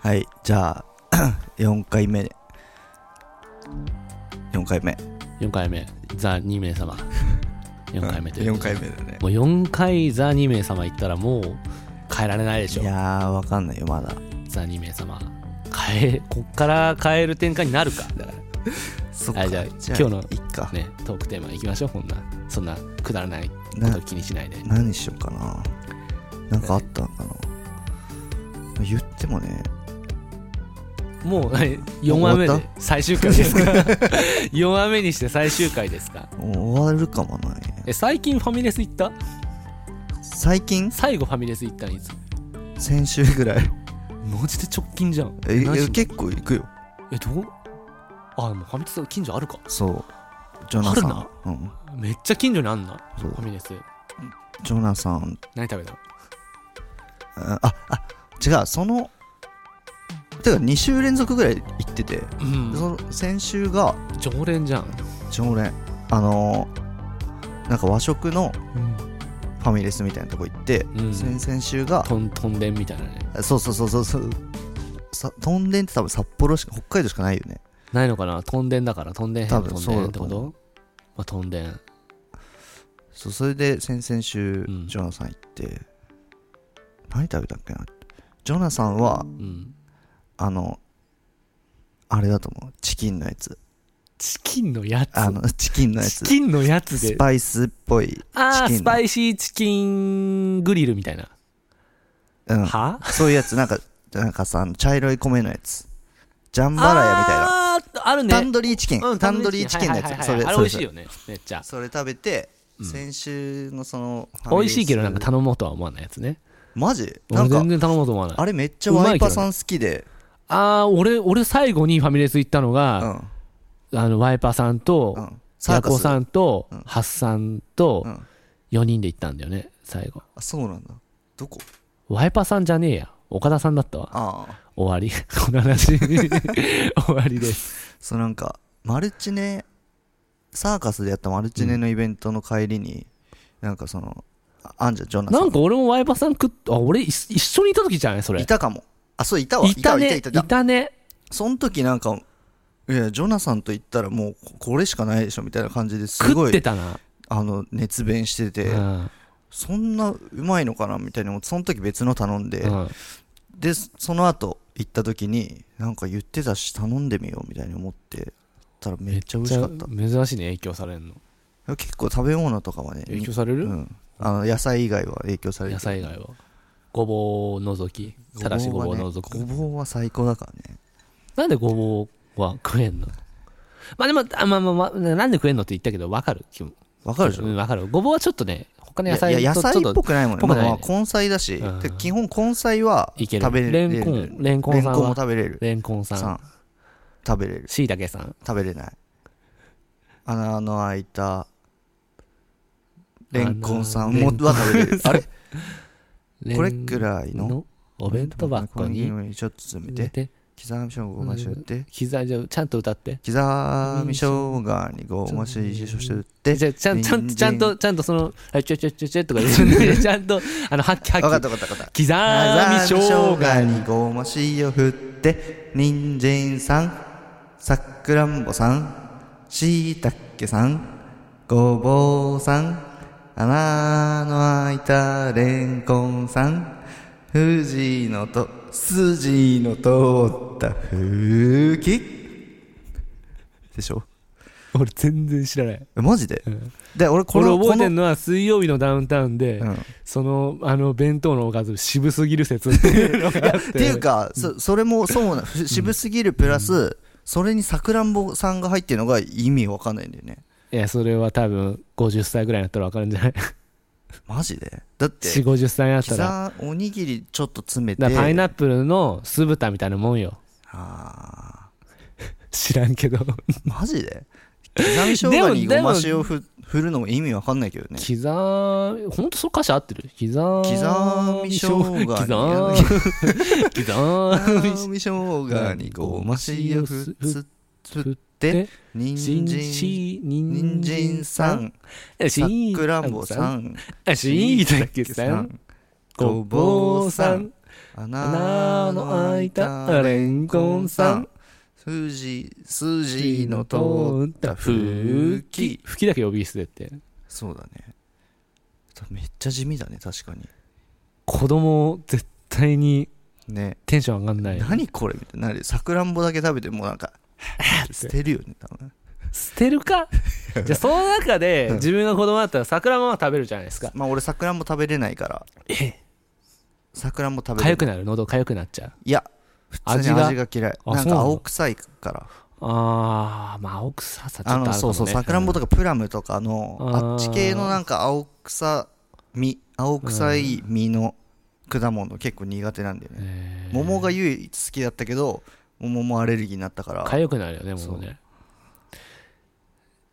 はい、じゃあ、4回目。4回目。 4回目ザ2名 様4回目という4回目だね。もう4回ザ2名様行ったらもう変えられないでしょいやー、わかんないよ、まだ。ザ2名様変えこっから変える展開になるかだかそっあか。じゃあ今日のいっからねトークテーマいきましょうこんなそんなくだらないこなと気にしないで何しようかな。なんかあったんかな。言ってもね、もう4話目終わっで最終回ですか4話目にして最終回ですかもう終わるかもない。え最近ファミレス行った最近最後ファミレス行ったのいつ先週ぐらい。マジで直近じゃんえ、いやマジ結構行くよ。えどうあでもファミレス近所あるかそう。ジョナサあン。うん。めっちゃ近所にあんなそうファミレスジョナサン。何食べたのあ、あ、違う、その、てか2週連続ぐらい行ってて、うんその先週が常連じゃん、常連あのーなんか和食のファミレスみたいなとこ行って、うん先々週がトントンでんみたいなねそうそうそうそうそうさとんでんって多分札幌しか北海道しかないよねないのかなトンデンだからトンデン多変分のトンそデうンだっとてこ思とまあ、トンデンそうそれで先々週、うんジョナさん行って何食べたっけなジョナさんはうんあのあれだと思うチキンのやつチキンのやつあのチキンのやチつキンのやつスでパイスっぽい、チああキンのスパイシーチキングリルみたいな、うん、はそういうやつなんかなんかさあの茶色い米のやつジャンあバラヤみたいなあーあるねタンドリーチキン、うんタンドリーチキンのやはいはついそはいれはいそあれ美れ味しいよねめっちゃそれ食べて、先週のそのファミレス美味しいけどなんか頼もうとは思わないやつねマジなん俺か全然頼もうと思わないあれめっちゃワイパさん好きでああー俺俺最後にファミレス行ったのうが、んあのワイパーさんと、うんサーヤカコスさんとうん、ハッサンとう、ん4人で行ったんだよね、最後。あそうなんだどこワイパーさんじゃねえや。岡田さんだったわ。ああ終わり。 こ の話。終わりです。そうなんかマルチネサーカスでやったマルチネのイベントの帰りに、なんかそのああんじゃんジョナさなんんか俺もワイパーさん食っ、あ、俺い一緒にいた時じゃないそれ。いたかもあそういたわいたね。いたいたいたね。その時なんかいやジョナさんと言ったらもうこれしかないでしょみたいな感じです食ごっていたな。あの熱弁してて、うんそんなうまいのかなみたいに思ってその時別の頼んで、うんでその後行った時になんか言ってたし頼んでみようみたいに思ってたらめっちゃ美味しかった珍しいね、影響されるの。結構食べ物とかはね影響されうるん、あの野菜以外は影響されて野菜以外は。ごぼう除き。ただしごぼうはね除ごく。ぼうは最高だからねなんでごぼうは食えんのまあでも、あまあまあまあ、なんで食えんのって言ったけど、わかる。気分わかるでしょ、うん、わかる。ごぼうはちょっとね、他の野菜いや野と菜ちょっっぽとくないもんねぽくないねまあまあ根菜だし、うんで基本根菜はいける食べれるレンコンレンコンさんはレも食べれるレンコンささんん、食べれるしいたけさん、食べれない穴の開いたレンコンさん あのーもは食べれるあれレ ンこれくらいののお弁当箱にこの上ちょっと詰め入れてて、刻み生姜がしゅって膝じゃちゃんと歌って。刻み生姜にごましししゅってじゃちゃんちゃん人参ちゃんと、ちゃんとその、あちょちょちょちょとか言って、 ちゃんと、あの、はっきは分っかっき、た分かった分かった刻刻みみ生姜生姜にごま塩振って人参さんさくらんぼさんしいたけさんごぼうさん穴の開いたレンコンさん藤のと筋の通った風きでしょ俺全然知らない。えマジで、うんで俺ここれれ覚えてるのは水曜日のダウンタウンで、うんその、あの、弁当のおかず渋すぎる説っていうのがあって。っていうか、そそれもそうなふ渋すぎるプラス、それにさくらんぼさんが入ってるのが意味わかんないんだよねいや、それは多分、50歳ぐらいになったら分かるんじゃないマジでだって4 50歳になったら膝おにぎりちょっと詰めてだからパイあナップルの酢豚みたいなもんよあ知らんけど刻ーマジで刻み生姜にでごもま塩ふ振るのも意味わかんないけどねみほんとその歌詞合ってる刻み刻み生姜に刻み刻み刻み生姜にごま塩ふうんつ振っでて人参し人参さんさくらんぼさんしいたけさんごぼうさん穴の開いたレンコンさん。筋、筋いの通った吹風きき。。吹きだけ呼び捨てって。そうだね。めっちゃ地味だね、確かに。子供、絶対にね。テンション上がんない。何これみたいな。なんでさくらんぼだけ食べてもう なんか、捨てるよね、多分。捨て るかじゃあ、その中で、自分が子供だったら桜まま食べるじゃないですか。まあ俺さくらんぼ食べれないから。えさくらんぼ食べれ痒ない。くなる喉痒くなっちゃう。いや、普通味にが味が嫌い。あなんそうなかの青臭いから。あー、まあ、青臭さちょっとああるかも、の、ね。そうそう、さくらんぼとかプラムとかの、あーあっち系のなんか青臭み、青臭い実の果物結構苦手なんだよね。えー桃が唯一好きだったけど、桃もアレルギーになったから、痒くなるよねもうね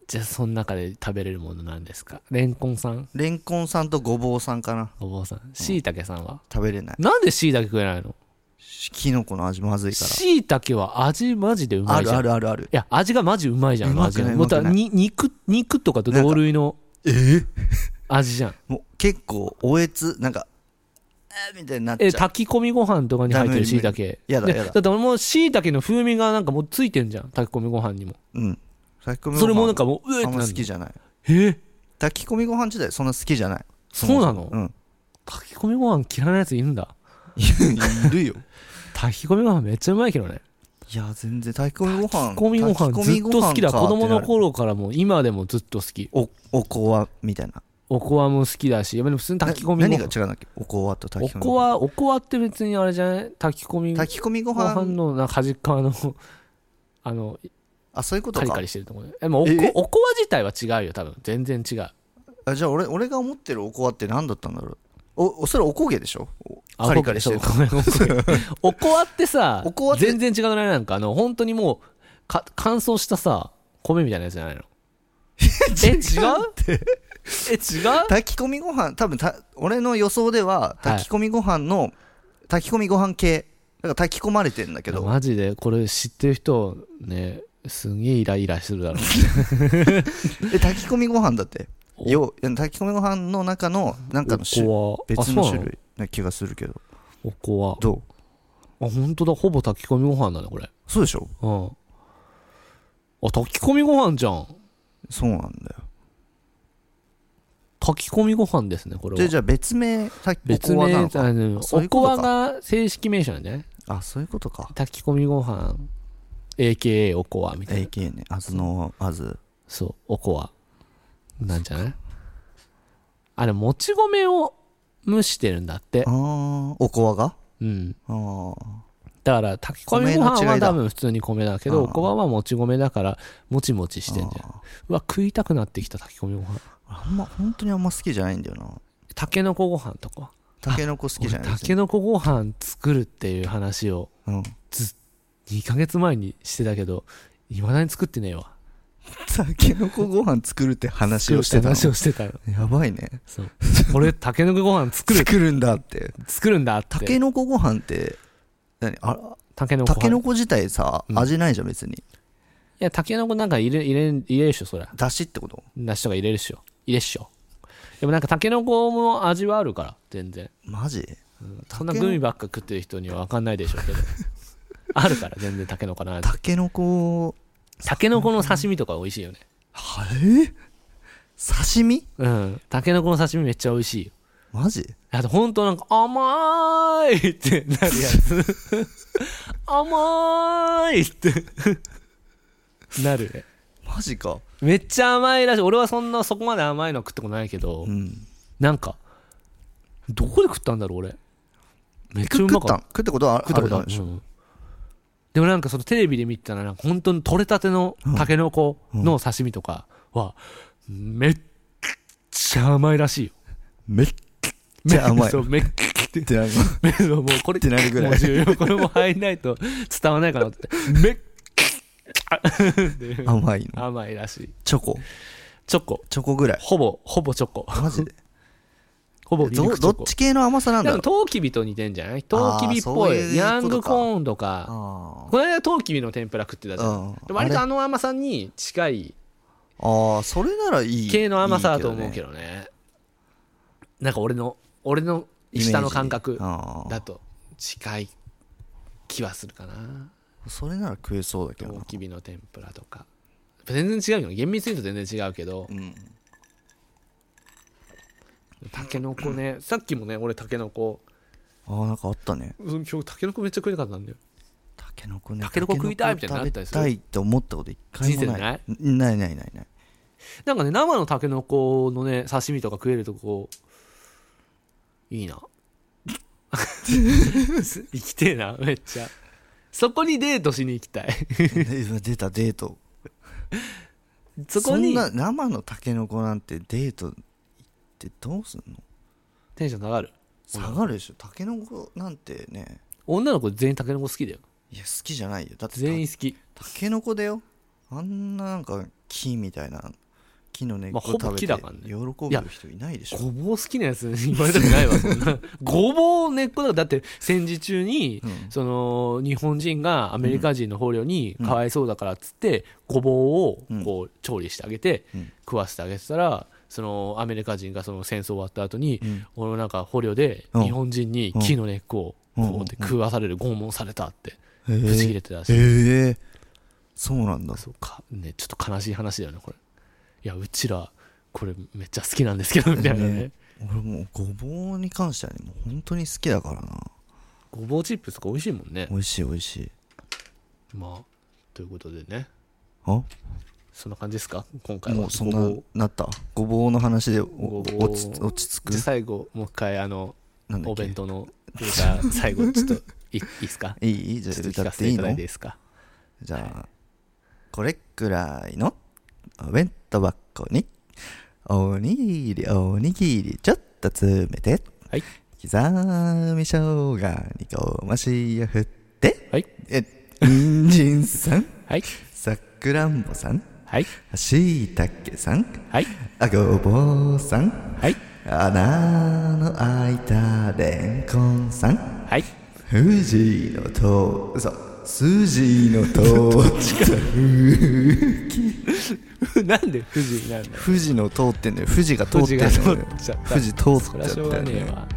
じゃあその中で食べれるものなんですかレンコンさんレンコンさんとごぼうさんかな。お坊さんしいたけさんは、食べれない。なんでしいたけ食えないのキノコの味まずいかしいたけは味マジでうら。まあいじるゃんあるあるある。いや味がマジうまいじゃんうまくない味がうまくないもうだに肉肉とかと同類の味じゃんもう結構、おえつ、なんか、えーみたいになっちゃえう。炊き込みご飯とかに入ってるしいたけやだでやだだって俺もしいたけの風味がなんかもうついてんじゃん炊き込みご飯にもうん。炊き込みご飯それもなんかもううえっあてんなまる好きじゃない。え炊き込みご飯自体そんな好きじゃない。そうなのうん。炊き込みご飯嫌いなやついるんだいるよ。炊き込みご飯めっちゃうまいけどねいや、全然炊き込みご飯。炊き込みご飯炊ずきっ込みと好きだご飯子か供ってなのる。頃からもう今でもずっと好きお、おこわ、みたいな。おこわも好きだしやっぱり普通に炊き込みなご何が飯違うんだっけおこわとお炊き込みこご飯。わおこわって別にあれじゃない炊き込みご炊き込みご飯飯。のなんか端っ こあのあのあ、そういうことカリかカ。リしてるとこねでもおこえおこわ自体は違うよ多分全然違うあじゃあ俺、俺が思ってるおこわって何だったんだろう。お、おそれおこげでしょおカリカリしてるあ。ごめんごめんごめんおこわってさおこわって全然違くないなんかあの本当にもうか乾燥したさ米みたいなやつじゃ ないのえ違うえ違う 炊き込みご飯、多分た、俺の予想では、炊き込みご飯の、炊き込みご飯系。だから炊き込まれてんだけど。マジでこれ知ってる人ねすげえイライラするだろうえ、炊き込みご飯だって。およう、炊き込みご飯の中の、なんかの種類。おこわあ別そうのな種類な気がするけど。おこわどうあ本当だほぼ炊き込みご飯だねこれそうでしょうんあ炊き込みご飯じゃんそうなんだよ。炊き込みご飯ですねこれで、はじゃあ別名、炊き別おこわな名のかあのそういおうここかとわが正式名称なんじゃないあ、そういうことか。炊き込みご飯 AKA おこわみたいな AK ね、あずの、あず。そうおこわなんじゃないあれもち米を蒸してるんだってあー、おこわがうんあー。だから炊き込みご飯米の違はいだ多分普通に米だけああどおこわはもち米だからもちもちしてんじゃんうわ食いたくなってきた炊き込みご飯あんま、本当にあんま好きじゃないんだよな。たけのこご飯とかタケノコ好きじゃないた別にけのこご飯作るっていう話をうん。 2ヶ月前にしてたけどいまだに作ってねえわタケノコご飯作るって話をしてたの作るって話をしてたのやばいね。そう俺たけのこご飯作 る作るんだって。作るんだってタケノコご飯って、何あ、たけのこタごケ飯いノコ自体さ、うん味ないじゃん別に。やたけのこなんか入れ入れ入れるでしょそりゃだしってことだしとか入れるでしょ入れっしょでもなんかたけのこも味はあるから全然マジそんなグミばっか食ってる人には分かんないでしょう けどあるから全然タケノコの味タケノコ、タケノコの刺身とか美味しいよねはえ刺身うんタケノコの刺身めっちゃ美味しいよマジあと本当なんか甘いってなるやつ甘いってなるねマジか。めっちゃ甘いらしい俺はそんなそこまで甘いの食ってことないけど、うん。なんかどこで食ったんだろう俺めっちゃう食まっかたったん食ったことはあ食ったことああるるでしょうんでもなんかそのテレビで見てたらなんか本当に取れたてのタケノコの刺身とかはめっちゃ甘いらしいよめっちゃ甘い。 そうめっってなるめもうこれってなるぐらいもう重要これも入んないと伝わらないかなってめっ甘いの。 甘いらしいチョコ。チョコチョコぐらい。ほぼほぼチョコマジで ほぼミルどクチョどっコち系の甘さなんだろ多分うトウキビと似てんじゃないトウキビっあーそぽういいうことかヤングコーンとかあこの間トウキビの天ぷら食ってたじゃんーうん。割とああれの甘さに近いあー、それならいい。系の甘さだと思うけどね。どねなんか俺の俺の下の感覚あーだと近い気はするかなそれなら食えそうだけどとうなきびの天ぷらとか全然違うよ厳密に言うと全然違うけどうんたけのこねさっきもね俺たけのこあーなんかあったねうん今日たけのこめっちゃ食いたかったんだよたけのこねタケノコ食いたいみたいなのあ食べったりするたいって思ったこと一回もないないないない ないなんかね生のたけのこのね刺身とか食えるとこい いな生きてえなめっちゃそこにデートしに行きたいで出たデートそこにんな生のたけのこなんてデート行ってどうすんのテンション下がる下がるでしょたけのこなんてね女の子全員たけのこ好きだよいや好きじゃないよだって全員好きたけのこだよあんななんか木みたいな木の根っまあこほぼ食べ木てだからね喜ぶ人いないでしょごぼう好きなやつに言われたくないわそんなごぼう根っこだからだって戦時中に、うんその日本人がアメリカ人の捕虜にかわいそうだからっつって、ごぼうをこう調理してあげて、うん食わせてあげてたらそのアメリカ人がその戦争終わった後に、うん俺のなんか捕虜でうん日本人に木の根っこをうんこうって食わされる拷問されたってへぶち切えれてたらしい、へえそうなんだそうかねちょっと悲しい話だよねこれいやうちらこれめっちゃ好きなんですけどみたいなねね俺もうごぼうに関してはねもう本当に好きだからなごぼうチップスとか美味しいもんね美味しい美味しいまあということでねあそんな感じですか今回はもうそんごなぼうなったごぼうの話でおごぼう落ち落ち着くじゃあ最後もう一回あのなんだおっけ弁当の歌最後ちょっといいいですかいい じゃちあょっと聞歌かっせてていいいただいのていいですかじゃあ、これくらいのお弁当箱に、おにぎり、おにぎり、ちょっと詰めて、はい刻み生姜に香ましを振って、はいえ、人参さん、はいさくらんぼさん、はいしいたけさん、はいあごぼうさん、はい穴の開いたれんこんさん、はい 富士の塔そう筋の塔なんで富士になるの富士の塔ってんだよ富士が通っ富て士んだがよ通っちゃった富士通っそちりゃゃっしたょうよがねえねわ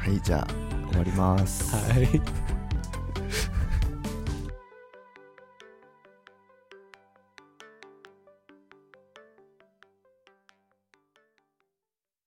はいじゃあ終わりますはい